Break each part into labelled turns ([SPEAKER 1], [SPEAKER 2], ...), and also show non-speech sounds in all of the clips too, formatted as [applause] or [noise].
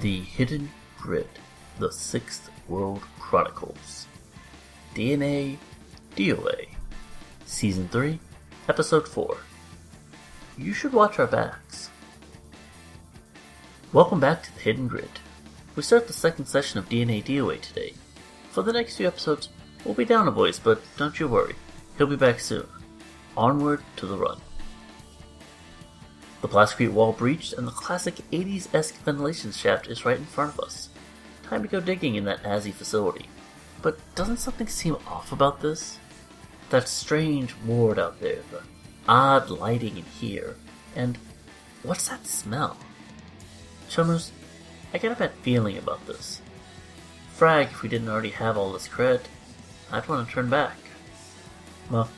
[SPEAKER 1] The Hidden Grid, The Sixth World Chronicles, DNA, DOA, Season 3, Episode 4. You should watch our backs. Welcome back to The Hidden Grid. We start the second session of DNA DOA today. For the next few episodes, we'll be down a voice, but don't you worry, he'll be back soon. Onward to the run. The Plascrete wall breached, and the classic 80s esque ventilation shaft is right in front of us. Time to go digging in that ASI facility. But doesn't something seem off about this? That strange ward out there, the odd lighting in here, and what's that smell? Chummers, I got a bad feeling about this. Frag, if we didn't already have all this cred, I'd want to turn back. Well,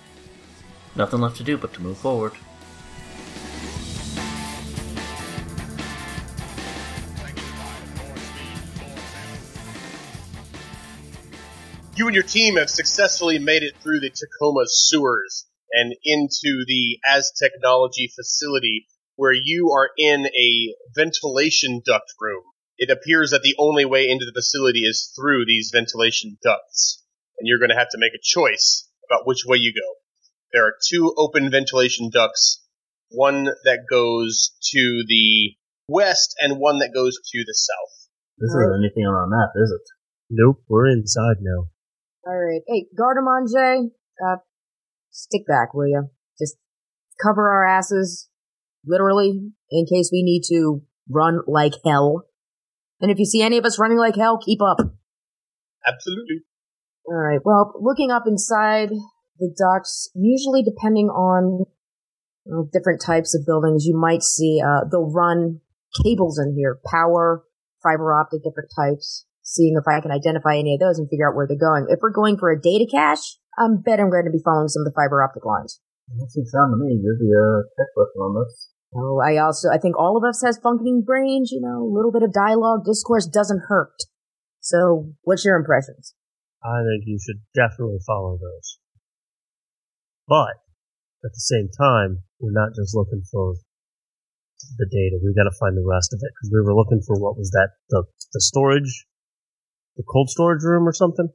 [SPEAKER 1] nothing left to do but to move forward.
[SPEAKER 2] you and your team have successfully made it through the Tacoma sewers and into the As Technology facility where you are in a ventilation duct room. It appears that the only way into the facility is through these ventilation ducts, and you're going to have to make a choice about which way you go. There are two open ventilation ducts, one that goes to the west and one that goes to the south.
[SPEAKER 1] This isn't anything on our map, is it?
[SPEAKER 3] Nope, we're inside now.
[SPEAKER 4] Alright. Hey, Gardamange, uh, stick back, will you? Just cover our asses, literally, in case we need to run like hell. And if you see any of us running like hell, keep up.
[SPEAKER 2] Absolutely.
[SPEAKER 4] Alright, well, looking up inside the docks, usually depending on uh, different types of buildings, you might see, uh, they'll run cables in here, power, fiber optic, different types seeing if I can identify any of those and figure out where they're going. If we're going for a data cache, I'm bet I'm going to be following some of the fiber optic lines.
[SPEAKER 1] That seems sound to me. You're the uh, tech person on this.
[SPEAKER 4] Oh, I also I think all of us has functioning brains. You know, a little bit of dialogue, discourse doesn't hurt. So, what's your impressions?
[SPEAKER 3] I think you should definitely follow those. But at the same time, we're not just looking for the data. We've got to find the rest of it because we were looking for what was that the the storage the cold storage room or something?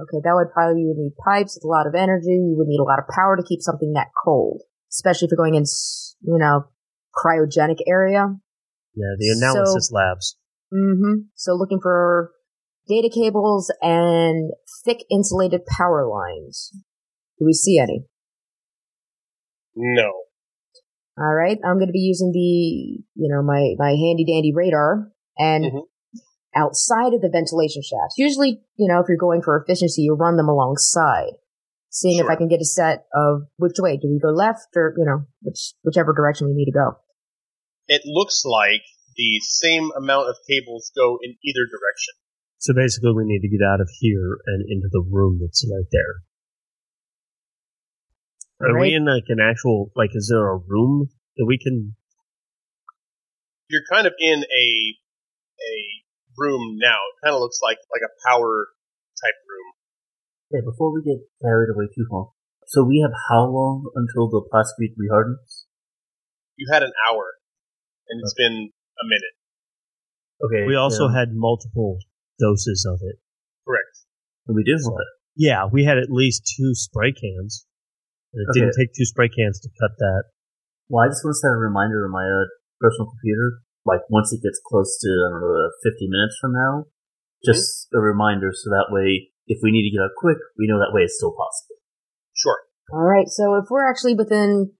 [SPEAKER 4] Okay, that would probably you would need pipes with a lot of energy. You would need a lot of power to keep something that cold, especially if you're going in, s- you know, cryogenic area.
[SPEAKER 3] Yeah, the analysis
[SPEAKER 4] So-
[SPEAKER 3] labs.
[SPEAKER 4] Mm-hmm. So looking for data cables and thick insulated power lines. Do we see any?
[SPEAKER 2] No.
[SPEAKER 4] All right, I'm going to be using the, you know, my my handy dandy radar and
[SPEAKER 2] Mhm.
[SPEAKER 4] outside of the ventilation shafts. Usually, you know, if you're going for efficiency, you run them alongside, seeing if I
[SPEAKER 2] Sure.
[SPEAKER 4] can get a set of which way do we go left or you know which whichever direction we need to go.
[SPEAKER 2] it looks like the same amount of cables go in either direction.
[SPEAKER 3] So basically, we need to get out of here and into the room that's right there. Are
[SPEAKER 4] Right.
[SPEAKER 3] we in like an actual like? Is there a room that we can?
[SPEAKER 2] You're kind of in a a room now. It kind of looks like like a power type room.
[SPEAKER 1] Hey, before we get carried away too far, so we have how long until the plastic rehardens?
[SPEAKER 2] You had an hour, and it's been a minute.
[SPEAKER 1] Okay.
[SPEAKER 3] We also
[SPEAKER 1] yeah.
[SPEAKER 3] had multiple doses of it.
[SPEAKER 2] Correct.
[SPEAKER 1] And we did
[SPEAKER 3] Yeah, we had at least two spray cans. It didn't take two spray cans to cut that.
[SPEAKER 1] Well, I just want to set a reminder on my uh, personal computer. Like once it gets close to I don't know, uh, 50 minutes from now, just a reminder so that way if we need to get out quick, we know that way it's still possible.
[SPEAKER 2] Sure.
[SPEAKER 4] All right, so if we're actually within,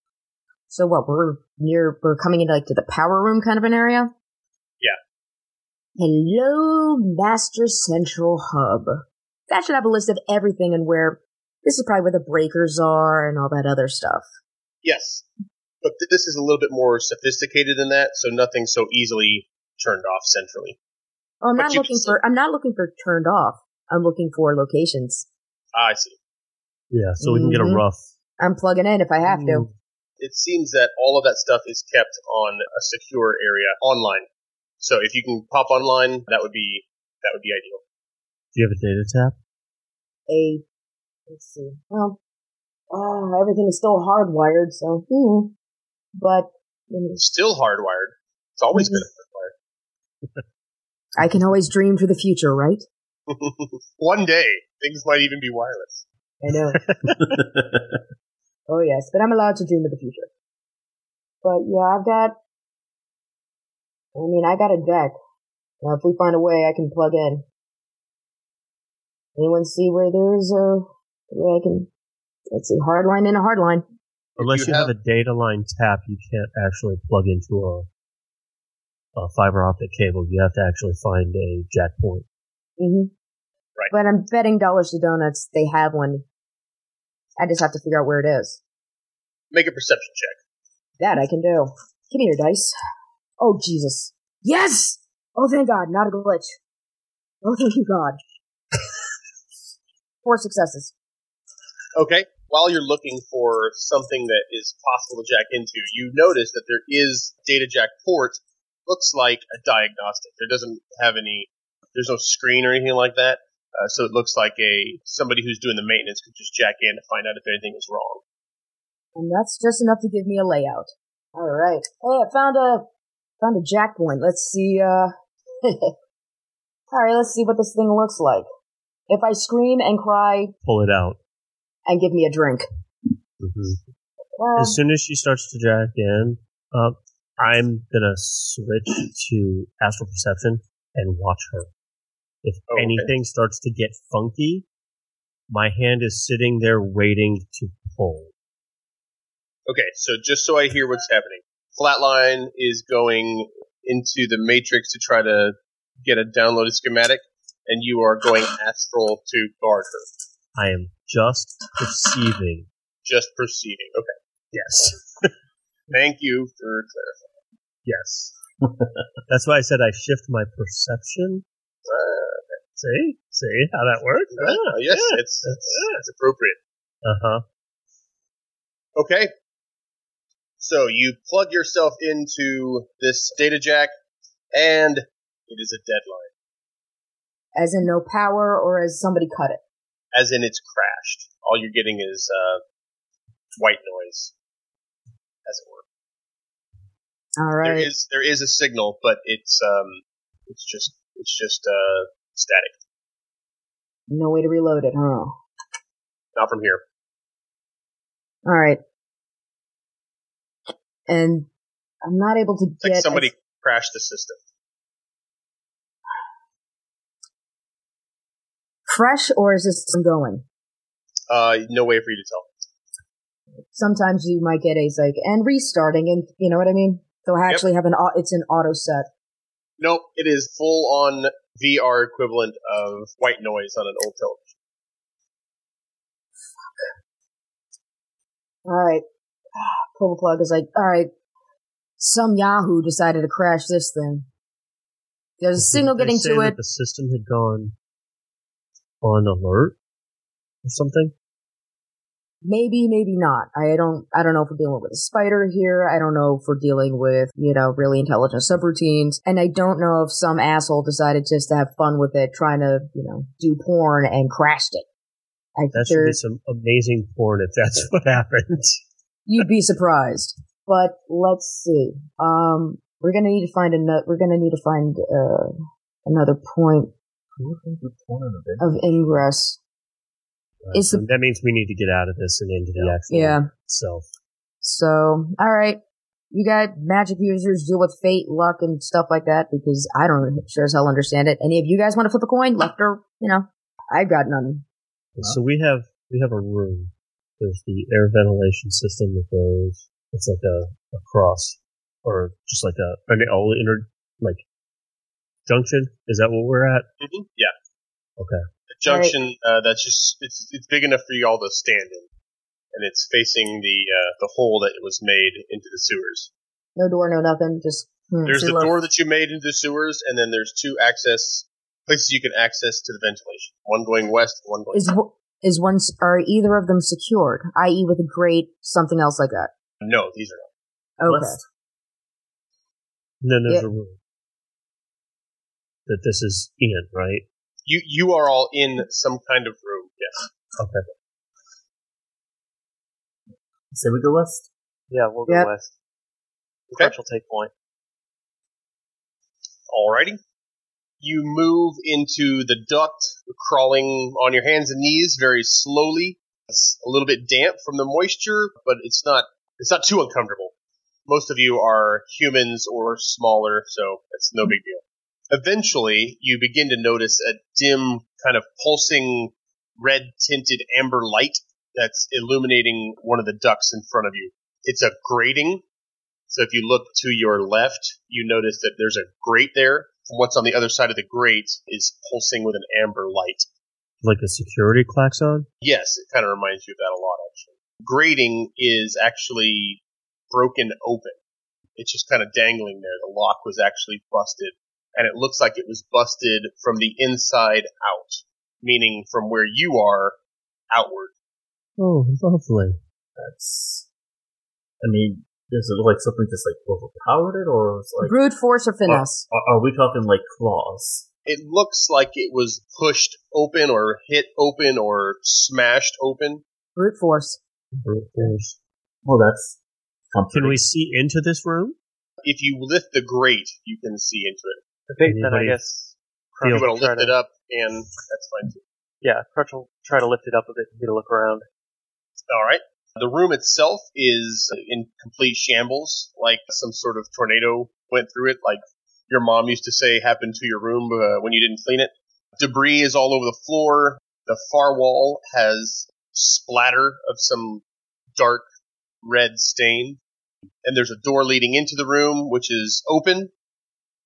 [SPEAKER 4] so what we're near, we're coming into like to the power room kind of an area.
[SPEAKER 2] Yeah.
[SPEAKER 4] Hello, Master Central Hub. That should have a list of everything and where. This is probably where the breakers are and all that other stuff.
[SPEAKER 2] Yes, but th- this is a little bit more sophisticated than that, so nothing so easily turned off centrally.
[SPEAKER 4] Oh, I'm
[SPEAKER 2] But
[SPEAKER 4] not
[SPEAKER 2] you
[SPEAKER 4] looking
[SPEAKER 2] can
[SPEAKER 4] for. I'm not looking for turned off. I'm looking for locations.
[SPEAKER 2] Ah, I see.
[SPEAKER 3] Yeah, so we can get a
[SPEAKER 4] Mhm.
[SPEAKER 3] rough.
[SPEAKER 4] I'm plugging in if I have to.
[SPEAKER 2] It seems that all of that stuff is kept on a secure area online. So if you can pop online, that would be that would be ideal.
[SPEAKER 3] Do you have a data tab?
[SPEAKER 2] Hmm.
[SPEAKER 4] A. Let's see. Well, oh, everything is still hardwired, so. hmm. But. let me
[SPEAKER 2] still hardwired. It's always been
[SPEAKER 4] I can always dream for the future, right?
[SPEAKER 2] [laughs] One day, things might even be wireless.
[SPEAKER 4] I know. [laughs] oh yes, but I'm allowed to dream of the future. But yeah, I've got. I mean, I got a deck. Now, if we find a way, I can plug in. Anyone see where there's a where I can? Let's see, hard line and a hard line.
[SPEAKER 3] Unless
[SPEAKER 2] you
[SPEAKER 3] you, have, a data line tap, you can't actually plug into a, a fiber optic cable. You have to actually find a jack point.
[SPEAKER 4] Mm-hmm.
[SPEAKER 2] Right.
[SPEAKER 4] But I'm betting dollars to donuts they have one. I just have to figure out where it is.
[SPEAKER 2] Make a perception check.
[SPEAKER 4] That I can do. Give me your dice. Oh Jesus! Yes! Oh thank God! Not a glitch. Oh [laughs] thank you God. Four successes.
[SPEAKER 2] Okay. While you're looking for something that is possible to jack into, you notice that there is data jack port. Looks like a diagnostic. There doesn't have any. There's no screen or anything like that. Uh, so it looks like a somebody who's doing the maintenance could just jack in to find out if anything is wrong.
[SPEAKER 4] And that's just enough to give me a layout. All right. Hey, I found a found a jack point. Let's see. uh [laughs] All right, let's see what this thing looks like. If I scream and cry
[SPEAKER 3] Pull it out.
[SPEAKER 4] and give me a drink.
[SPEAKER 3] hmm
[SPEAKER 4] Well,
[SPEAKER 3] As soon as she starts to jack in, uh, I'm gonna switch to astral perception and watch her. If
[SPEAKER 2] Oh, okay.
[SPEAKER 3] anything starts to get funky, my hand is sitting there waiting to pull.
[SPEAKER 2] Okay, so just so I hear what's happening, Flatline is going into the Matrix to try to get a downloaded schematic, and you are going astral to guard her.
[SPEAKER 3] I am
[SPEAKER 4] [laughs]
[SPEAKER 3] just perceiving.
[SPEAKER 2] Just proceeding. Okay,
[SPEAKER 3] Yes.
[SPEAKER 2] thank you for clarifying.
[SPEAKER 4] [laughs]
[SPEAKER 3] Yes. That's why I said I shift my perception.
[SPEAKER 2] Uh,
[SPEAKER 3] See? See how that works?
[SPEAKER 2] uh, yes, it's, it's it's appropriate.
[SPEAKER 3] Uh huh.
[SPEAKER 2] Okay, so you plug yourself into this data jack, and it is a deadline,
[SPEAKER 4] as in no power or as somebody cut it.
[SPEAKER 2] as in it's crashed. All you're getting is uh, white noise, as it were.
[SPEAKER 4] All
[SPEAKER 2] there
[SPEAKER 4] right.
[SPEAKER 2] is there is a signal, but it's um it's just it's just uh static.
[SPEAKER 4] No way to reload it, huh?
[SPEAKER 2] Not from here.
[SPEAKER 4] All right. And I'm not able to
[SPEAKER 2] It's like
[SPEAKER 4] get a-
[SPEAKER 2] somebody crashed the system.
[SPEAKER 4] fresh or is this ongoing?
[SPEAKER 2] Uh no way for you to tell.
[SPEAKER 4] Sometimes you might get a like and restarting, and you know what I mean. They'll actually have an au- it's an auto set.
[SPEAKER 2] Nope, it is full on VR equivalent of white noise on an old television.
[SPEAKER 4] All right, Ah, pull the plug is like all right. Some Yahoo decided to crash this thing. There's a signal
[SPEAKER 3] Didn't they
[SPEAKER 4] getting
[SPEAKER 3] say
[SPEAKER 4] to
[SPEAKER 3] that
[SPEAKER 4] it.
[SPEAKER 3] The system had gone on alert or something.
[SPEAKER 4] Maybe, maybe not. I don't, I don't know if we're dealing with a spider here. I don't know if we're dealing with, you know, really intelligent subroutines. And I don't know if some asshole decided just to have fun with it, trying to, you know, do porn and crashed it. I
[SPEAKER 3] That
[SPEAKER 4] think
[SPEAKER 3] should be [laughs]
[SPEAKER 4] there's,
[SPEAKER 3] some amazing porn if that's what happened.
[SPEAKER 4] [laughs] you'd be surprised. But let's see. Um, we're gonna need to find another, we're gonna need to find, uh, another point of ingress. It's the-
[SPEAKER 3] Uh, And that means we need to get out of this and into the actual
[SPEAKER 4] Yeah.
[SPEAKER 3] self.
[SPEAKER 4] So, all right. You got magic users deal with fate, luck, and stuff like that because I don't sure as hell understand it. Any of you guys want to flip a coin, left or you know? I've got none.
[SPEAKER 5] Uh-huh.
[SPEAKER 3] So we have we have a room. There's the air ventilation system that goes. It's like a, a cross, or just like a an all inner like junction. Is that what we're at?
[SPEAKER 2] Mhm, Yeah.
[SPEAKER 3] Okay.
[SPEAKER 2] The junction uh, that's just it's it's big enough for you all to stand in. And it's facing the uh, the hole that was made into the sewers.
[SPEAKER 4] No door, no nothing. Just hmm,
[SPEAKER 2] There's
[SPEAKER 4] see
[SPEAKER 2] the
[SPEAKER 4] left.
[SPEAKER 2] door that you made into the sewers, and then there's two access places you can access to the ventilation. One going west, one going
[SPEAKER 4] Is wh- is one s- are either of them secured? I.e., with a grate, something else like that.
[SPEAKER 2] No, these are not.
[SPEAKER 4] Okay.
[SPEAKER 3] West. And then there's
[SPEAKER 4] Yeah.
[SPEAKER 3] a room that this is in, right?
[SPEAKER 2] You you are all in some kind of room. Yes.
[SPEAKER 3] Okay.
[SPEAKER 1] Say we go west.
[SPEAKER 5] Yeah, we'll go
[SPEAKER 4] Yep.
[SPEAKER 5] west.
[SPEAKER 2] Okay.
[SPEAKER 5] Crutch will take point.
[SPEAKER 2] Alrighty. You move into the duct, crawling on your hands and knees very slowly. It's a little bit damp from the moisture, but it's not it's not too uncomfortable. Most of you are humans or smaller, so it's no big deal. Eventually, you begin to notice a dim, kind of pulsing, red tinted amber light that's illuminating one of the ducts in front of you. It's a grating. So if you look to your left, you notice that there's a grate there. And what's on the other side of the grate is pulsing with an amber light.
[SPEAKER 3] Like a security klaxon?
[SPEAKER 2] Yes, it kind of reminds you of that a lot, actually. Grating is actually broken open. It's just kind of dangling there. The lock was actually busted, and it looks like it was busted from the inside out, meaning from where you are outward.
[SPEAKER 3] Oh, lovely.
[SPEAKER 1] That's. I mean, does it look like something just like overpowered it, or it's like
[SPEAKER 4] Brute force or finesse?
[SPEAKER 1] are, are we talking like claws?
[SPEAKER 2] It looks like it was pushed open or hit open or smashed open.
[SPEAKER 4] Brute force.
[SPEAKER 3] Brute force.
[SPEAKER 1] Well, that's.
[SPEAKER 3] Can
[SPEAKER 1] comforting.
[SPEAKER 3] we see into this room?
[SPEAKER 2] If you lift the grate, you can see into it.
[SPEAKER 5] The bait then I
[SPEAKER 3] Anybody
[SPEAKER 5] guess
[SPEAKER 2] If
[SPEAKER 3] Feel
[SPEAKER 2] you
[SPEAKER 5] Crutch will
[SPEAKER 2] want to
[SPEAKER 5] try
[SPEAKER 2] lift it up, and that's fine too.
[SPEAKER 5] Yeah, Crutch will try to lift it up a bit and get a look around.
[SPEAKER 2] All right. The room itself is in complete shambles, like some sort of tornado went through it, like your mom used to say happened to your room uh, when you didn't clean it. Debris is all over the floor. The far wall has splatter of some dark red stain. And there's a door leading into the room, which is open.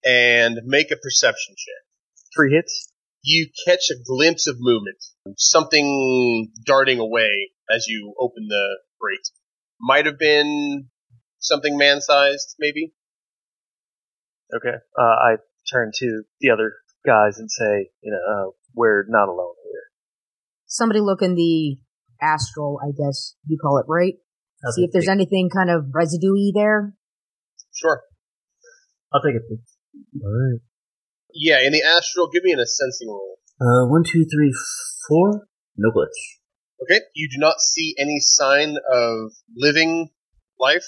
[SPEAKER 2] And make a perception check
[SPEAKER 5] Three hits.
[SPEAKER 2] you catch a glimpse of movement, something darting away as you open the grate. Might have been something man sized, maybe.
[SPEAKER 5] Okay. Uh, I turn to the other guys and say, you know, uh, we're not alone here.
[SPEAKER 4] Somebody look in the astral, I guess you call it, right?
[SPEAKER 1] I'll
[SPEAKER 4] See
[SPEAKER 1] take
[SPEAKER 4] if there's
[SPEAKER 1] a peek.
[SPEAKER 4] anything kind of residue there.
[SPEAKER 2] Sure.
[SPEAKER 1] I'll take a peek.
[SPEAKER 3] Alright.
[SPEAKER 2] Yeah, in the astral, give me an sensing roll.
[SPEAKER 1] Uh, one, two, three, four. No glitch.
[SPEAKER 2] Okay, you do not see any sign of living life,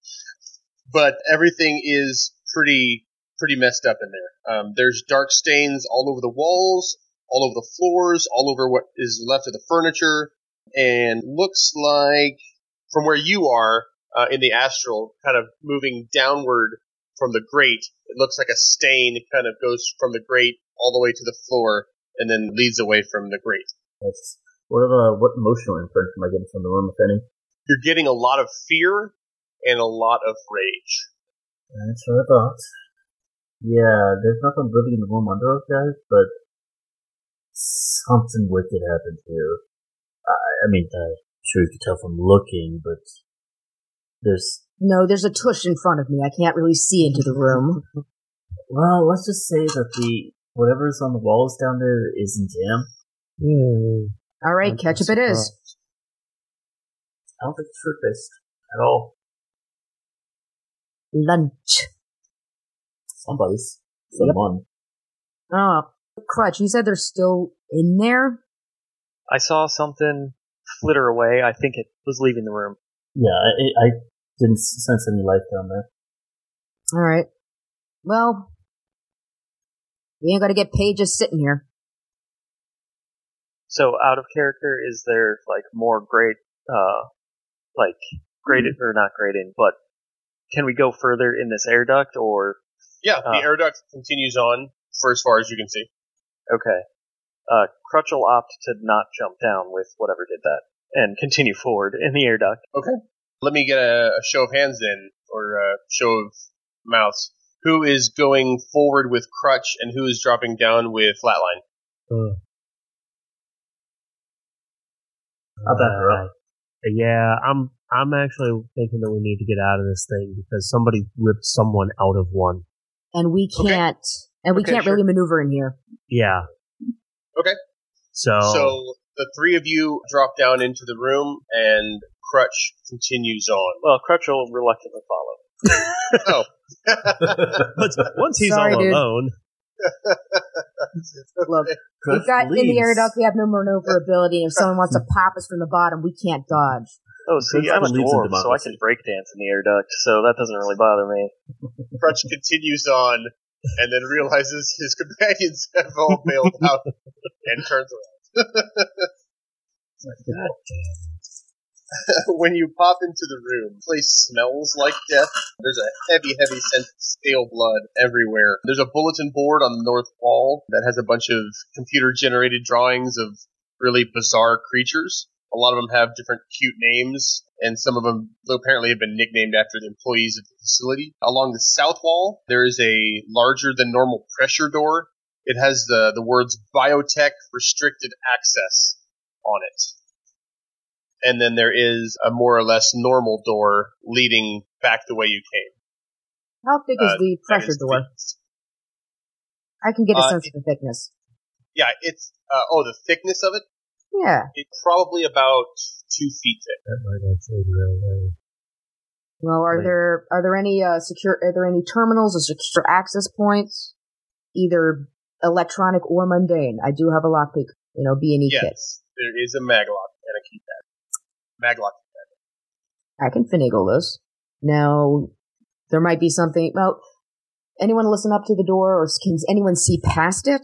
[SPEAKER 2] [laughs] but everything is pretty pretty messed up in there. Um, there's dark stains all over the walls, all over the floors, all over what is left of the furniture, and looks like from where you are uh, in the astral, kind of moving downward from the grate. It looks like a stain kind of goes from the grate all the way to the floor, and then leads away from the grate.
[SPEAKER 1] That's what uh, what emotional inference am I getting from the room, if any?
[SPEAKER 2] you're getting a lot of fear and a lot of rage.
[SPEAKER 1] That's what I thought. Yeah, there's nothing living in the room under us, guys, but something wicked happened here. I, I mean, I'm sure you can tell from looking, but there's.
[SPEAKER 4] No, there's a tush in front of me. I can't really see into the room.
[SPEAKER 1] Well, let's just say that the whatever's on the walls down there isn't him.
[SPEAKER 3] Yeah.
[SPEAKER 4] All right,
[SPEAKER 3] I'm
[SPEAKER 4] catch up it is.
[SPEAKER 3] surprised.
[SPEAKER 1] I don't think it's short based at all.
[SPEAKER 4] Lunch.
[SPEAKER 1] Somebody's.
[SPEAKER 4] Yep.
[SPEAKER 1] Someone.
[SPEAKER 4] Oh, crutch. You said they're still in there?
[SPEAKER 5] I saw something flitter away. I think it was leaving the room.
[SPEAKER 1] Yeah, I, I didn't s- sense any life down there.
[SPEAKER 4] All right. Well, we ain't gonna get paid just sitting here.
[SPEAKER 5] So out of character, is there like more great, uh, like graded
[SPEAKER 3] Mm-hmm.
[SPEAKER 5] or not grading, but can we go further in this air duct or,
[SPEAKER 2] Yeah, the
[SPEAKER 5] Ah.
[SPEAKER 2] air duct continues on for as far as you can see.
[SPEAKER 5] okay, uh, Crutch will opt to not jump down with whatever did that and continue forward in the air duct.
[SPEAKER 2] Let me get a, a show of hands then, or a show of mouths. Who is going forward with crutch and who is dropping down with flatline?
[SPEAKER 3] Uh,
[SPEAKER 1] I'll back her up.
[SPEAKER 3] yeah, I'm I'm actually thinking that we need to get out of this thing because somebody ripped someone out of one.
[SPEAKER 4] And we
[SPEAKER 2] Okay.
[SPEAKER 4] can't, and we
[SPEAKER 2] Okay,
[SPEAKER 4] can't really maneuver in here.
[SPEAKER 3] Yeah.
[SPEAKER 2] Okay.
[SPEAKER 3] So,
[SPEAKER 2] So the three of you drop down into the room and crutch continues on.
[SPEAKER 5] Well, Crutch will reluctantly follow.
[SPEAKER 2] [laughs]
[SPEAKER 3] once, [laughs] once he's
[SPEAKER 4] Sorry,
[SPEAKER 3] all
[SPEAKER 4] dude.
[SPEAKER 3] alone,
[SPEAKER 4] Look, we've got in the air duct, we have no maneuverability. If someone wants to pop us from the bottom, we can't dodge.
[SPEAKER 5] Oh, see,
[SPEAKER 1] Crutch
[SPEAKER 5] I'm a
[SPEAKER 1] believes in
[SPEAKER 5] dwarf, so I
[SPEAKER 1] democracy.
[SPEAKER 5] can breakdance in the air duct, so that doesn't really bother me.
[SPEAKER 2] crutch continues on and then realizes his [laughs] companions have all bailed out and turns around. [laughs] when you pop into the room, the place smells like death. There's a heavy, heavy scent of stale blood everywhere. There's a bulletin board on the north wall that has a bunch of computer generated drawings of really bizarre creatures. A lot of them have different cute names, and some of them apparently have been nicknamed after the employees of the facility. Along the south wall, there is a larger than normal pressure door. It has the, the words biotech restricted access on it and then there is a more or less normal door leading back the way you came.
[SPEAKER 4] How thick is
[SPEAKER 2] Uh,
[SPEAKER 4] the
[SPEAKER 2] That
[SPEAKER 4] pressure
[SPEAKER 2] is
[SPEAKER 4] door?
[SPEAKER 2] thickness.
[SPEAKER 4] I can get a
[SPEAKER 2] Uh,
[SPEAKER 4] sense of the thickness.
[SPEAKER 2] Yeah, it's uh, oh the thickness of it.
[SPEAKER 4] Yeah.
[SPEAKER 2] It's probably about two feet thick.
[SPEAKER 3] That might actually be really low.
[SPEAKER 4] Well, are
[SPEAKER 3] Right.
[SPEAKER 4] there are there any uh, secure are there any terminals or secure access points, either electronic or mundane? I do have a lockpick, you know, B and E kit.
[SPEAKER 2] Yes, there is a maglock and a keypad. Maglock.
[SPEAKER 4] I can finagle this. Now, there might be something. Well, anyone listen up to the door, or can anyone see past
[SPEAKER 3] [laughs]
[SPEAKER 4] it?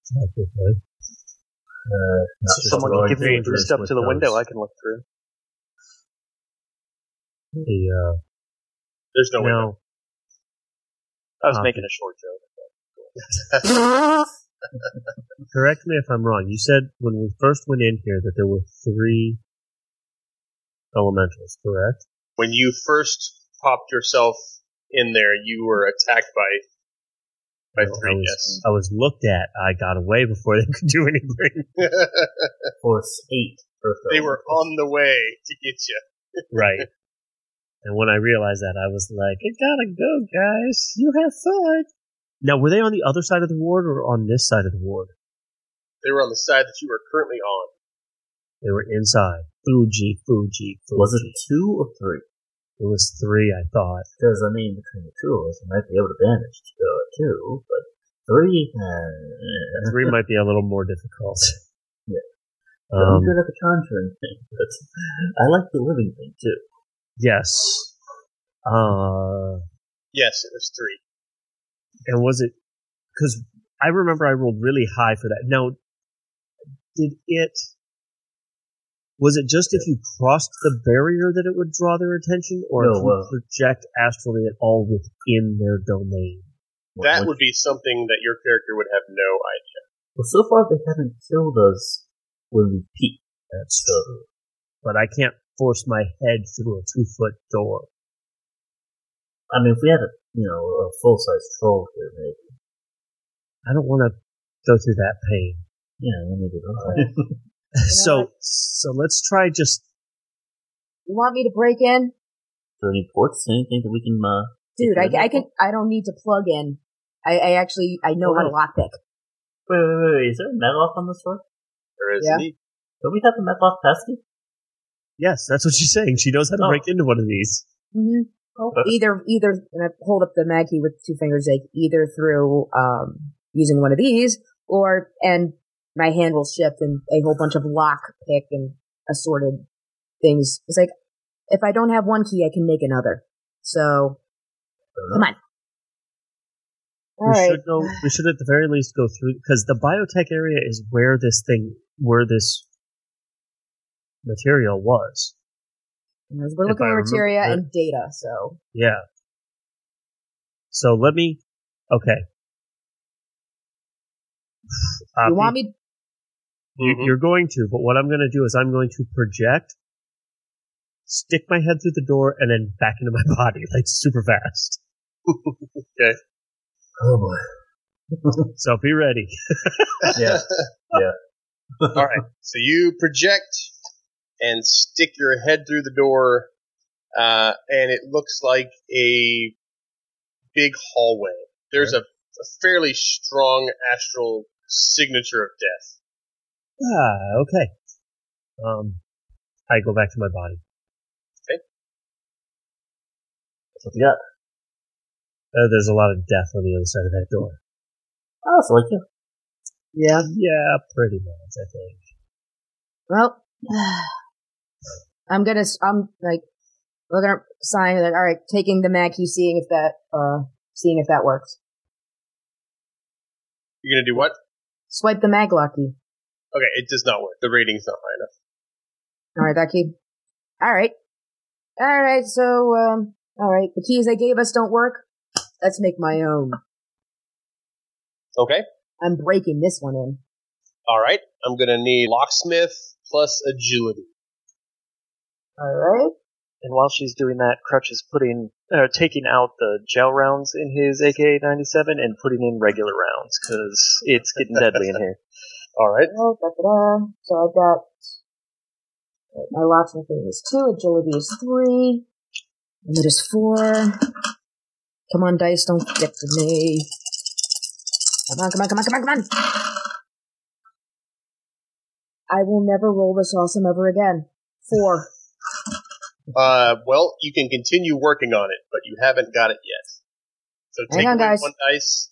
[SPEAKER 3] It's not good, right? Uh, it's just
[SPEAKER 5] Someone
[SPEAKER 3] really
[SPEAKER 5] can give me a
[SPEAKER 3] dangerous
[SPEAKER 5] boost up
[SPEAKER 3] with
[SPEAKER 5] to the window. I
[SPEAKER 3] those-
[SPEAKER 5] can look through.
[SPEAKER 3] the, uh,
[SPEAKER 2] There's no, window.
[SPEAKER 3] no,
[SPEAKER 5] I was
[SPEAKER 3] Ah,
[SPEAKER 5] making a short joke.
[SPEAKER 3] correct me if I'm wrong. You said when we first went in here that there were three elementals, correct?
[SPEAKER 2] When you first popped yourself in there, you were attacked by by
[SPEAKER 3] Well, I
[SPEAKER 2] three.
[SPEAKER 3] was- [laughs]
[SPEAKER 2] Yes.
[SPEAKER 3] I was looked at. I got away before they [laughs] could do anything.
[SPEAKER 1] Force 8 Earth
[SPEAKER 2] [laughs] they
[SPEAKER 1] Elemental.
[SPEAKER 2] were on the way to get you.
[SPEAKER 3] [laughs] right. And when I realized that, I was like, "I gotta go, guys. You have fun." Now, were they on the other side of the ward or on this side of the ward?
[SPEAKER 2] They were on the side that you were currently on.
[SPEAKER 3] They were inside. Fuji, Fuji, Fuji.
[SPEAKER 1] Was it 2 or 3?
[SPEAKER 3] It was three, I thought.
[SPEAKER 1] Because, I mean, between the two of us, I might be able to manage to go at 2, but 3, uh,
[SPEAKER 3] Three might be a little more difficult.
[SPEAKER 1] [laughs] Yeah. I'm
[SPEAKER 3] Um,
[SPEAKER 1] good at the conjuring thing, [laughs] but I like the living thing too.
[SPEAKER 3] yes. Uh,
[SPEAKER 2] Yes, it was three.
[SPEAKER 3] and was it? Because I remember I rolled really high for that. Now, did it? Was it just if you crossed the barrier that it would draw their attention, or
[SPEAKER 1] No,
[SPEAKER 3] if you
[SPEAKER 1] well-
[SPEAKER 3] project astrally at all within their domain?
[SPEAKER 2] That would be something that your character would have no idea.
[SPEAKER 1] Well, so far they haven't killed us when we peek.
[SPEAKER 3] That's
[SPEAKER 1] So
[SPEAKER 3] But I can't force my head through a two foot door.
[SPEAKER 1] I mean, if we had a you know a full size troll here, maybe
[SPEAKER 3] I don't want to go through that pain.
[SPEAKER 1] yeah, we need [laughs] to go.
[SPEAKER 3] so
[SPEAKER 4] what?
[SPEAKER 3] so let's try just
[SPEAKER 4] You want me to break in,
[SPEAKER 1] there any ports? Anything that we can? Uh,
[SPEAKER 4] dude? I,
[SPEAKER 1] Yeah.
[SPEAKER 4] I can. I don't need to plug in. I, I actually I know how to lockpick.
[SPEAKER 1] wait, wait, wait, wait. Is there a medlock on this one?
[SPEAKER 2] There is
[SPEAKER 4] Yeah.
[SPEAKER 2] an e-
[SPEAKER 1] Don't we have a medlock passkey?
[SPEAKER 3] yes that's what she's saying she knows how to
[SPEAKER 1] Oh.
[SPEAKER 3] break into one of these
[SPEAKER 4] Mm-hmm.
[SPEAKER 3] Oh.
[SPEAKER 4] Either either and I hold up the Maggie with two fingers, like either through um, using one of these or and my hand will shift and a whole bunch of lock pick and assorted things. It's like if I don't have one key, I can make another. So come on. All
[SPEAKER 3] we
[SPEAKER 4] right.
[SPEAKER 3] Uh-huh. should go we should at the very least go through because the biotech area is where this thing where this material was
[SPEAKER 4] We're
[SPEAKER 3] if
[SPEAKER 4] looking
[SPEAKER 3] I
[SPEAKER 4] at
[SPEAKER 3] remember
[SPEAKER 4] materia
[SPEAKER 3] correct-
[SPEAKER 4] and data, so
[SPEAKER 3] yeah so let me okay [sighs]
[SPEAKER 4] you
[SPEAKER 3] Poppy,
[SPEAKER 4] want me?
[SPEAKER 3] Uh, you-
[SPEAKER 2] Mhm.
[SPEAKER 3] you're going to but what i'm going to do is i'm going to project stick my head through the door and then back into my [laughs] body like super fast
[SPEAKER 1] Oh boy.
[SPEAKER 3] So be ready.
[SPEAKER 2] [laughs]
[SPEAKER 1] Yeah.
[SPEAKER 2] All right. So you project and stick your head through the door, uh, and it looks like a big hallway. There's a, a fairly strong astral signature of death.
[SPEAKER 3] Ah, okay. Um, I go back to my body.
[SPEAKER 1] That's what we got.
[SPEAKER 3] Uh, there's a lot of death on the other side of that door.
[SPEAKER 1] Oh, so like yeah.
[SPEAKER 3] Yeah, yeah, pretty much. I think.
[SPEAKER 4] Well, [sighs] I'm gonna. s- I'm like looking at sign like all right, taking the mag key, seeing if that uh seeing if that works.
[SPEAKER 2] You're gonna do what?
[SPEAKER 4] Swipe the maglock key.
[SPEAKER 2] Okay, it does not work. The rating's not high enough.
[SPEAKER 4] All right, that key. All right. All right, so, um, all right, the keys they gave us don't work. Let's make my own.
[SPEAKER 2] Okay.
[SPEAKER 4] I'm breaking this one in.
[SPEAKER 2] All right. I'm gonna need locksmith plus agility.
[SPEAKER 4] All right.
[SPEAKER 5] And while she's doing that, Crutch is putting, uh, taking out the gel rounds in his AK-97 and putting in regular rounds because it's getting deadly in here.
[SPEAKER 2] All right.
[SPEAKER 4] Alright, da-da-da. So I've got alright, my locksmith thing is two, agility is three, and it is four. Come on, dice, don't get to me. Come on, come on, come on, come on, come on. I will never roll this awesome ever again. Four.
[SPEAKER 2] Uh, well, you can continue working on it, but you haven't got it yet. So
[SPEAKER 4] Hang
[SPEAKER 2] take
[SPEAKER 4] on,
[SPEAKER 2] away
[SPEAKER 4] guys.
[SPEAKER 2] one dice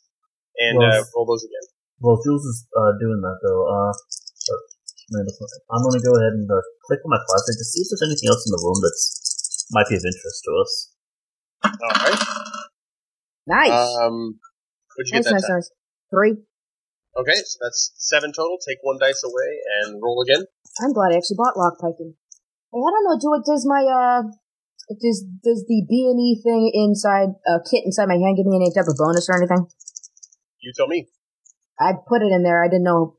[SPEAKER 2] and
[SPEAKER 1] Well,
[SPEAKER 2] uh, roll those again.
[SPEAKER 1] Well, Jules is uh, doing that though. Uh, uh, man, that's not- I'm gonna go ahead and uh, click on my closet to see if there's anything else in the room that's might be of interest to us.
[SPEAKER 2] All right.
[SPEAKER 4] Nice.
[SPEAKER 2] Um, what'd you get
[SPEAKER 4] nice,
[SPEAKER 2] that
[SPEAKER 4] nice,
[SPEAKER 2] time?
[SPEAKER 4] nice. Three.
[SPEAKER 2] Okay, so that's seven total. Take one dice away and roll again.
[SPEAKER 4] I'm glad I actually bought lockpicking. Hey, I don't know, do it, does my, uh, does, does the B&E thing inside, uh, kit inside my hand give me any type of bonus or anything?
[SPEAKER 2] You tell me.
[SPEAKER 4] I put it in there, I didn't know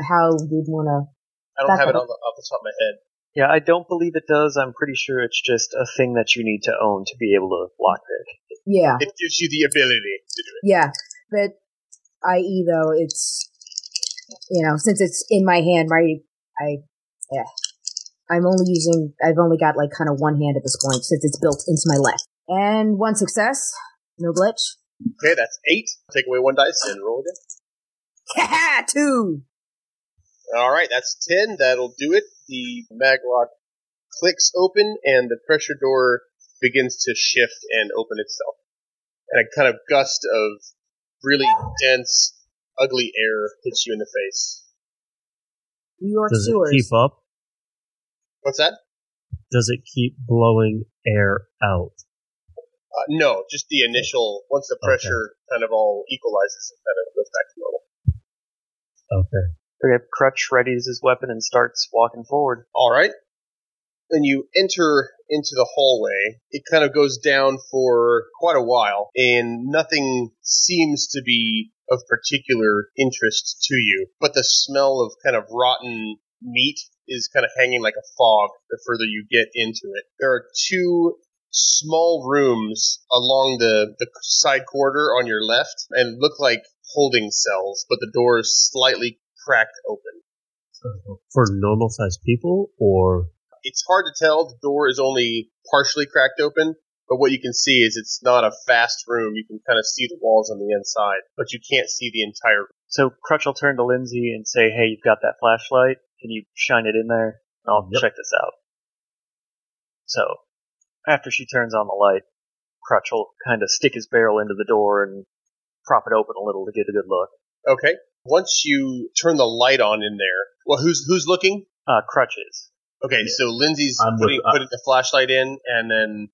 [SPEAKER 4] how you'd wanna,
[SPEAKER 2] I don't
[SPEAKER 4] That's
[SPEAKER 2] have it on
[SPEAKER 4] okay.
[SPEAKER 2] the, off the top of my head.
[SPEAKER 5] Yeah, I don't believe it does. I'm pretty sure it's just a thing that you need to own to be able to lockpick.
[SPEAKER 4] yeah,
[SPEAKER 2] It gives you the ability to do it.
[SPEAKER 4] yeah. But, i.e. though, it's, you know, since it's in my hand, my, I, yeah. I'm only using, I've only got like kind of one hand at this point since it's built into my left. And one success, no glitch. [laughs]
[SPEAKER 2] Okay, that's eight. Take away one dice and roll again.
[SPEAKER 4] two.
[SPEAKER 2] All right, that's ten. That'll do it. The maglock clicks open, and the pressure door begins to shift and open itself. And a kind of gust of really dense, ugly air hits you in the face.
[SPEAKER 4] New York
[SPEAKER 3] Does
[SPEAKER 4] sewers.
[SPEAKER 3] it keep up?
[SPEAKER 2] What's that?
[SPEAKER 3] Does it keep blowing air out?
[SPEAKER 2] Uh, no, just the initial. Once the pressure kind of all equalizes, it kind of goes back to normal.
[SPEAKER 3] Okay.
[SPEAKER 5] Okay, Crutch readies his weapon and starts walking forward.
[SPEAKER 2] All right. Then you enter into the hallway. It kind of goes down for quite a while, and nothing seems to be of particular interest to you. But the smell of kind of rotten meat is kind of hanging like a fog the further you get into it. There are two small rooms along the, the side corridor on your left and look like holding cells, but the door is slightly cracked open.
[SPEAKER 3] For normal sized people or
[SPEAKER 2] it's hard to tell. The door is only partially cracked open, but what you can see is it's not a vast room. You can kind of see the walls on the inside, but you can't see the entire room.
[SPEAKER 5] So Crutch will turn to Lindsay and say, "Hey, you've got that flashlight? Can you shine it in there? I'll
[SPEAKER 3] Yep.
[SPEAKER 5] check this out." So after she turns on the light, Crutch will kind of stick his barrel into the door and prop it open a little to get a good look.
[SPEAKER 2] Okay. Once you turn the light on in there, well, who's who's looking?
[SPEAKER 5] Uh, Crutches.
[SPEAKER 2] Okay, so Lindsay's
[SPEAKER 1] I'm with-
[SPEAKER 2] putting,
[SPEAKER 3] uh,
[SPEAKER 1] I-
[SPEAKER 2] putting the flashlight in, and then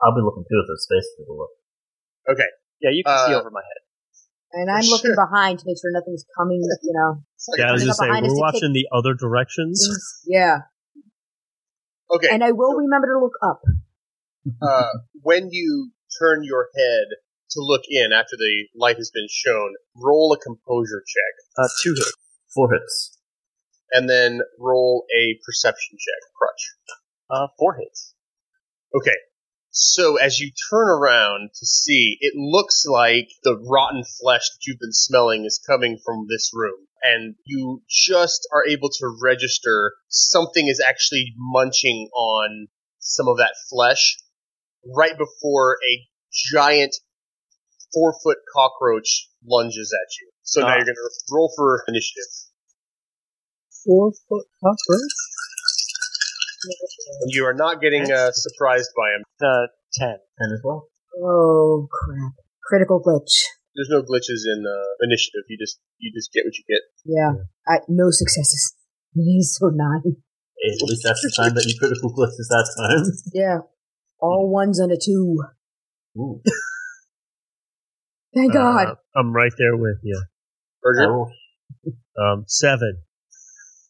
[SPEAKER 1] I'll be looking too if there's space for uh, me to look.
[SPEAKER 5] Yeah, you can see
[SPEAKER 2] Uh,
[SPEAKER 5] over my head.
[SPEAKER 4] and I'm
[SPEAKER 2] Sure.
[SPEAKER 4] looking behind to make sure nothing's coming, you
[SPEAKER 5] [laughs]
[SPEAKER 4] know.
[SPEAKER 2] it's like-
[SPEAKER 3] Yeah, I was
[SPEAKER 4] coming
[SPEAKER 3] just
[SPEAKER 4] up
[SPEAKER 3] saying
[SPEAKER 4] behind us to
[SPEAKER 3] we're watching the other directions.
[SPEAKER 4] things. Yeah.
[SPEAKER 2] okay.
[SPEAKER 4] And I will remember to look up.
[SPEAKER 2] uh, when you turn your head to look in after the light has been shown, roll a composure check,
[SPEAKER 5] Uh, two hits.
[SPEAKER 1] Four hits.
[SPEAKER 2] and then roll a perception check. Crutch.
[SPEAKER 5] Uh, four hits.
[SPEAKER 2] Okay. So as you turn around to see, it looks like the rotten flesh that you've been smelling is coming from this room. And you just are able to register something is actually munching on some of that flesh right before a giant four foot cockroach lunges at you. So now
[SPEAKER 5] Ah.
[SPEAKER 2] you're going to roll for initiative.
[SPEAKER 5] Four foot cockroach.
[SPEAKER 2] And you are not getting uh, surprised by him.
[SPEAKER 5] Uh, ten.
[SPEAKER 1] Ten as well.
[SPEAKER 4] Oh crap. Critical glitch.
[SPEAKER 2] There's no glitches in uh, initiative. You just you just get what you get.
[SPEAKER 4] Yeah. I no successes. [laughs] He's so nine.
[SPEAKER 1] At least that's the time that you critical glitches that time.
[SPEAKER 4] Yeah. All ones and a two.
[SPEAKER 1] Ooh.
[SPEAKER 4] Thank [laughs] God.
[SPEAKER 3] Uh, I'm right there with you.
[SPEAKER 2] Berger?
[SPEAKER 3] Um, seven.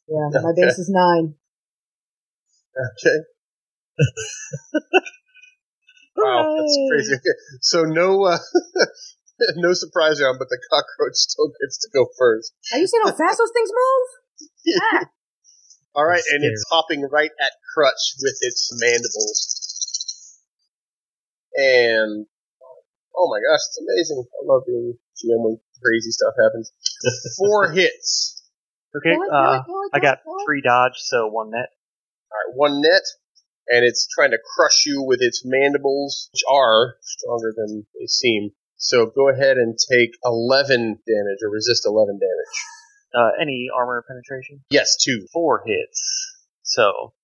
[SPEAKER 4] Yeah,
[SPEAKER 5] [laughs]
[SPEAKER 4] my
[SPEAKER 2] okay.
[SPEAKER 4] base is nine.
[SPEAKER 2] Okay. [laughs] Wow, that's crazy. So no, uh, [laughs] no surprise round, but the cockroach still gets to go first.
[SPEAKER 4] Have you seen how fast those things move?
[SPEAKER 5] [laughs]
[SPEAKER 4] Ah,
[SPEAKER 2] All right,
[SPEAKER 3] That's
[SPEAKER 2] and it's hopping right at Crutch with its mandibles. And oh my gosh, it's amazing! I love being GM when crazy stuff happens. Four hits.
[SPEAKER 5] Okay,
[SPEAKER 4] Go ahead, go
[SPEAKER 5] uh,
[SPEAKER 4] ahead, go ahead,
[SPEAKER 5] I
[SPEAKER 4] go
[SPEAKER 5] got
[SPEAKER 4] ahead, go ahead.
[SPEAKER 5] three dodge, so one net.
[SPEAKER 2] All right, one net, and it's trying to crush you with its mandibles, which are stronger than they seem. So go ahead and take eleven damage, or resist eleven damage.
[SPEAKER 5] Uh, any armor penetration?
[SPEAKER 2] Yes, two.
[SPEAKER 5] Four hits. So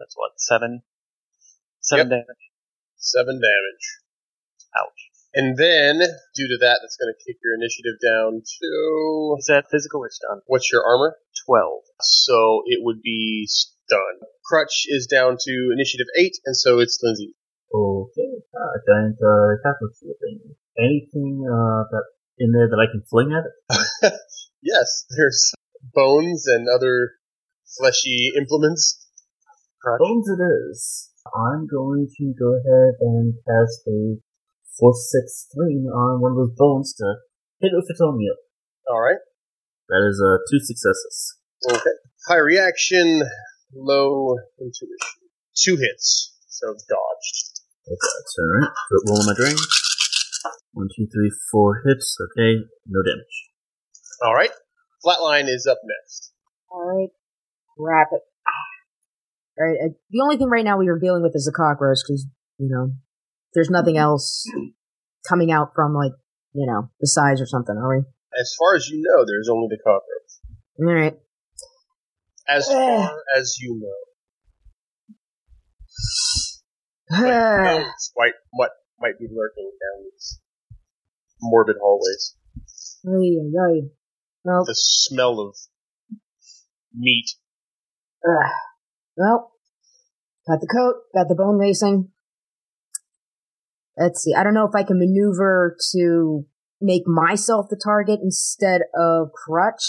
[SPEAKER 5] that's what seven, seven damage.
[SPEAKER 2] Seven damage.
[SPEAKER 5] Ouch.
[SPEAKER 2] And then, due to that, that's going to kick your initiative down to.
[SPEAKER 5] Is that physical or stun?
[SPEAKER 2] What's your armor?
[SPEAKER 5] Twelve.
[SPEAKER 2] So it would be stunned. Crutch is down to initiative 8, and so it's Lindsay.
[SPEAKER 1] Okay, uh, giant uh, cockroach thing. Anything uh, that in there that I can fling at it?
[SPEAKER 2] Yes, [laughs] there's bones and other fleshy implements.
[SPEAKER 1] Bones it is. I'm going to go ahead and cast a force six string on one of those bones to hit it with its own meal.
[SPEAKER 2] Alright.
[SPEAKER 1] That is uh, two successes.
[SPEAKER 2] Okay. High reaction, low intuition. Two hits. So dodged.
[SPEAKER 1] Okay, that's alright. Put roll on my drain. One, two, three, four hits. Okay, no damage.
[SPEAKER 2] Alright. Flatline is up next.
[SPEAKER 4] All right, wrap it. All Ah. right. I, the only thing right now we are dealing with is the cockroach because you know there's nothing else coming out from like you know the size or something. Are we?
[SPEAKER 2] As far as you know, there's only the cockroach.
[SPEAKER 4] All right.
[SPEAKER 2] As far as you know.
[SPEAKER 4] Eh.
[SPEAKER 2] But who knows what, what might be lurking down these morbid hallways.
[SPEAKER 4] [sighs] Ay, ay, ay. Well,
[SPEAKER 2] The smell of meat.
[SPEAKER 4] ugh. well, got the coat, got the bone racing. Let's see. I don't know if I can maneuver to make myself the target instead of crutch.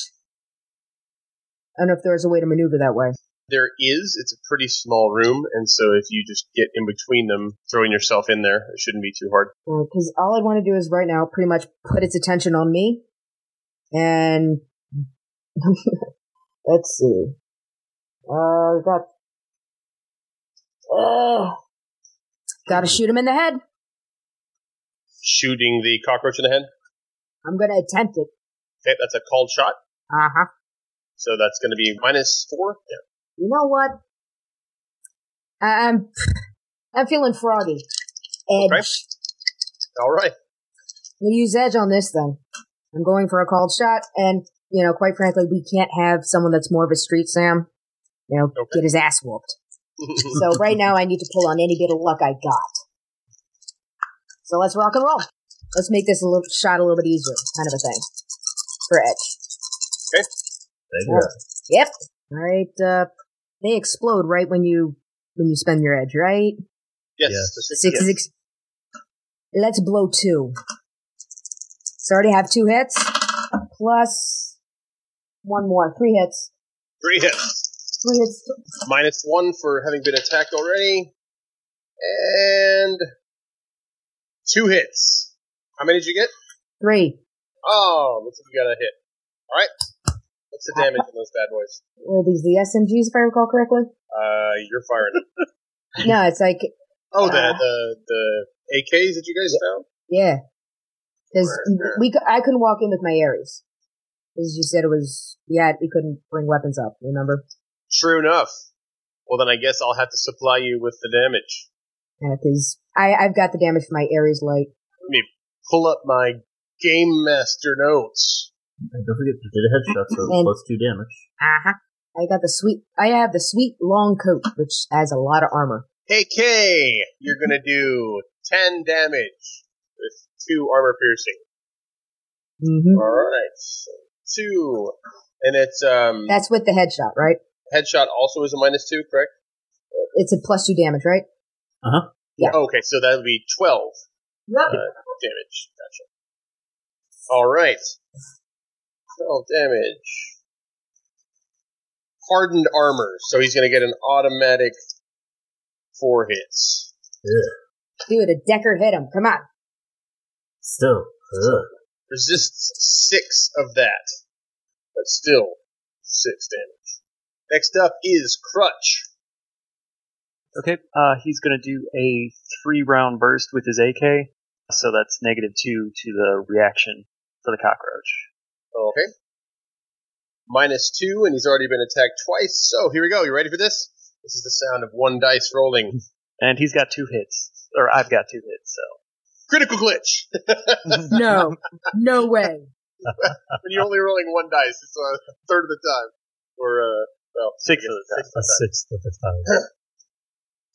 [SPEAKER 4] I don't know if there's a way to maneuver that way.
[SPEAKER 2] There is, it's a pretty small room, and so if you just get in between them, throwing yourself in there, it shouldn't be too hard.
[SPEAKER 4] Because Uh, all I want to do is right now pretty much put its attention on me. And [laughs] let's see. Uh, got. Ugh. gotta shoot him in the head.
[SPEAKER 2] Shooting the cockroach in the head.
[SPEAKER 4] I'm gonna attempt it.
[SPEAKER 2] Okay, that's a called shot,
[SPEAKER 4] Uh huh.
[SPEAKER 2] so that's going to be minus four. Yeah.
[SPEAKER 4] You know what? I- I'm I'm feeling froggy. Edge.
[SPEAKER 2] Okay. All right. [laughs]
[SPEAKER 4] We use edge on this thing. I'm going for a called shot, and you know, quite frankly, we can't have someone that's more of a street Sam, you know,
[SPEAKER 2] Okay.
[SPEAKER 4] get his ass whooped. So right now, I need to pull on any bit of luck I got. So let's rock and roll. Let's make this a little shot a little bit easier, kind of a thing for edge.
[SPEAKER 1] Thank
[SPEAKER 4] you. Yep. All right. Uh, they explode right when you when you spend your edge, right?
[SPEAKER 2] yes.
[SPEAKER 3] Yes.
[SPEAKER 2] the six-
[SPEAKER 4] Six
[SPEAKER 2] yes.
[SPEAKER 4] is ex- Let's blow two. So I already have two hits plus one more, three hits,
[SPEAKER 2] Three hits.
[SPEAKER 4] three hits.
[SPEAKER 2] minus one for having been attacked already, and two hits. How many did you get?
[SPEAKER 4] Three.
[SPEAKER 2] Oh, looks like you got a hit. All right, what's the damage on those bad boys?
[SPEAKER 4] Were these the SMGs, if I recall correctly?
[SPEAKER 2] Uh, you're firing. Them.
[SPEAKER 4] No, it's like
[SPEAKER 2] Oh, the the the AKs that you guys found.
[SPEAKER 4] Yeah, because
[SPEAKER 2] Where-
[SPEAKER 4] we cou- I couldn't walk in with my Aries, because you said it was yeah we couldn't bring weapons up. Remember?
[SPEAKER 2] True enough. Well, then I guess I'll have to supply you with the damage.
[SPEAKER 4] Because I I've got the damage for my Aries light.
[SPEAKER 2] Pull up my game master notes.
[SPEAKER 1] And don't forget, you did a headshot, so
[SPEAKER 4] And-
[SPEAKER 1] plus two damage.
[SPEAKER 4] Uh huh. I got the sweet. I have the sweet long coat, which has a lot of armor.
[SPEAKER 2] AK, you're gonna do ten damage with two armor piercing.
[SPEAKER 4] hmm
[SPEAKER 2] All right, two, and it's um
[SPEAKER 4] That's with the headshot, right?
[SPEAKER 2] headshot also is a minus two, correct?
[SPEAKER 4] It's a plus two damage, right?
[SPEAKER 2] Okay, so that would be twelve
[SPEAKER 4] Yep.
[SPEAKER 2] damage. Gotcha. All right. Twelve damage. Hardened armor, so he's going to get an automatic four hits.
[SPEAKER 4] Do it. A decker hit him. Come on.
[SPEAKER 3] Still. Ugh.
[SPEAKER 2] Resists six of that, but still six damage. Next up is Crutch.
[SPEAKER 5] Okay, uh, he's going to do a three round burst with his AK, so that's negative two to the reaction for the cockroach.
[SPEAKER 2] Okay. Minus two, and he's already been attacked twice. So here we go. You ready for this? This is the sound of one dice rolling. [laughs]
[SPEAKER 5] And he's got two hits, or I've got two hits,
[SPEAKER 2] Critical glitch. [laughs]
[SPEAKER 4] [laughs]
[SPEAKER 5] so.
[SPEAKER 4] No. no way.
[SPEAKER 2] when you're only rolling one dice, it's a third of the time. Or uh, well,
[SPEAKER 5] Six
[SPEAKER 2] I guess
[SPEAKER 5] of the time.
[SPEAKER 2] six
[SPEAKER 3] A sixth of the time.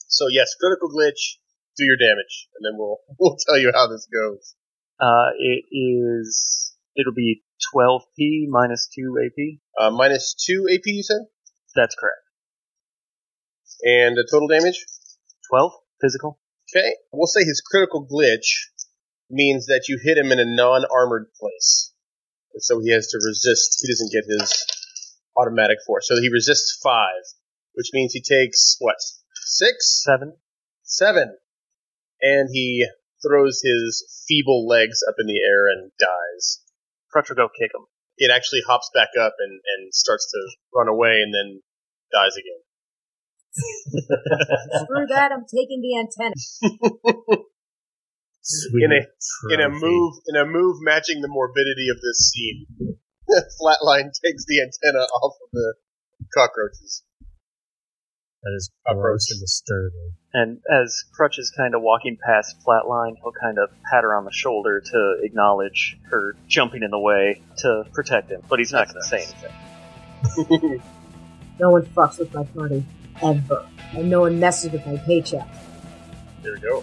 [SPEAKER 2] So yes, critical glitch. Do your damage, and then we'll [laughs] we'll tell you how this goes.
[SPEAKER 5] Uh, it is, it'll be 12p minus 2 AP.
[SPEAKER 2] Uh, minus two AP, you said,
[SPEAKER 5] That's correct.
[SPEAKER 2] and the total damage.
[SPEAKER 5] 12 physical.
[SPEAKER 2] Okay, we'll say his critical glitch means that you hit him in a non-armored place, and so he has to resist. He doesn't get his automatic force, so he resists five, which means he takes what six,
[SPEAKER 5] 7.
[SPEAKER 2] seven, and he throws his feeble legs up in the air and dies.
[SPEAKER 5] Crutch will go kick him.
[SPEAKER 2] it actually hops back up and, and starts to run away and then dies again.
[SPEAKER 4] Screw that. I'm taking the antenna.
[SPEAKER 3] Sweet
[SPEAKER 2] In a- In a
[SPEAKER 3] trophy.
[SPEAKER 2] move in a move matching the morbidity of this scene. [laughs] Flatline takes the antenna off of the cockroaches.
[SPEAKER 3] That is
[SPEAKER 2] Approach.
[SPEAKER 3] gross and disturbing.
[SPEAKER 5] And as Crutch is kind of walking past Flatline, he'll kind of pat her on the shoulder to acknowledge her jumping in the way to protect him, but he's not going to say anything.
[SPEAKER 4] No one fucks with my party. Ever. And no one messes with my paycheck.
[SPEAKER 2] There we go.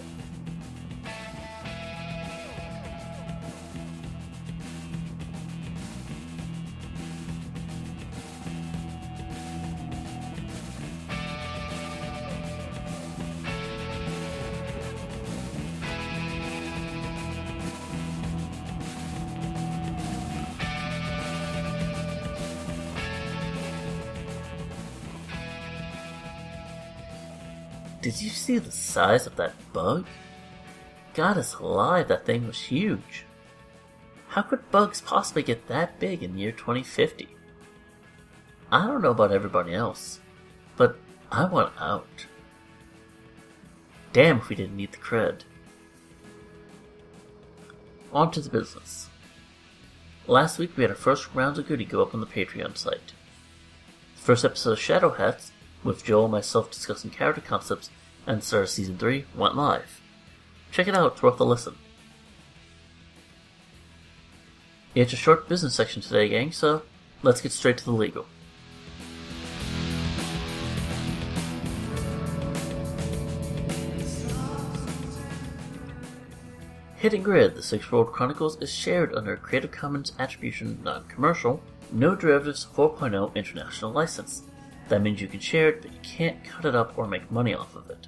[SPEAKER 6] Did you see the size of that bug? God is alive, that thing was huge. How could bugs possibly get that big in year 2050? I don't know about everybody else, but I want out. Damn if we didn't need the cred. On to the business. Last week we had our first rounds of goodie go up on the Patreon site. The first episode of Shadow Hats, with Joel and myself discussing character concepts and the start of Season 3, went live. Check it out, it's worth a listen. It's a short business section today, gang, so let's get straight to the legal. Hidden Grid, The Six World Chronicles, is shared under a Creative Commons Attribution Non Commercial, No Derivatives 4.0 International License. That means you can share it, but you can't cut it up or make money off of it.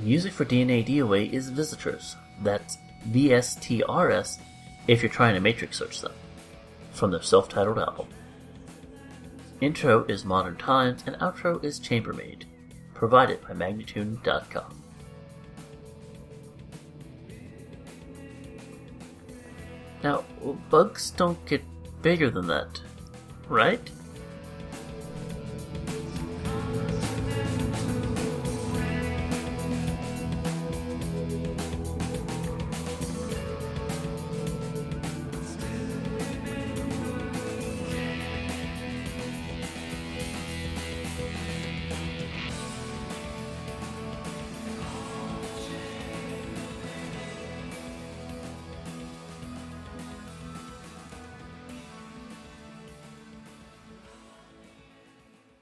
[SPEAKER 6] Music for DNA DOA is Visitors. That's VSTRS if you're trying to matrix search them. From their self titled album. Intro is Modern Times and outro is Chambermaid, provided by Magnitude.com. Now, bugs don't get bigger than that, right?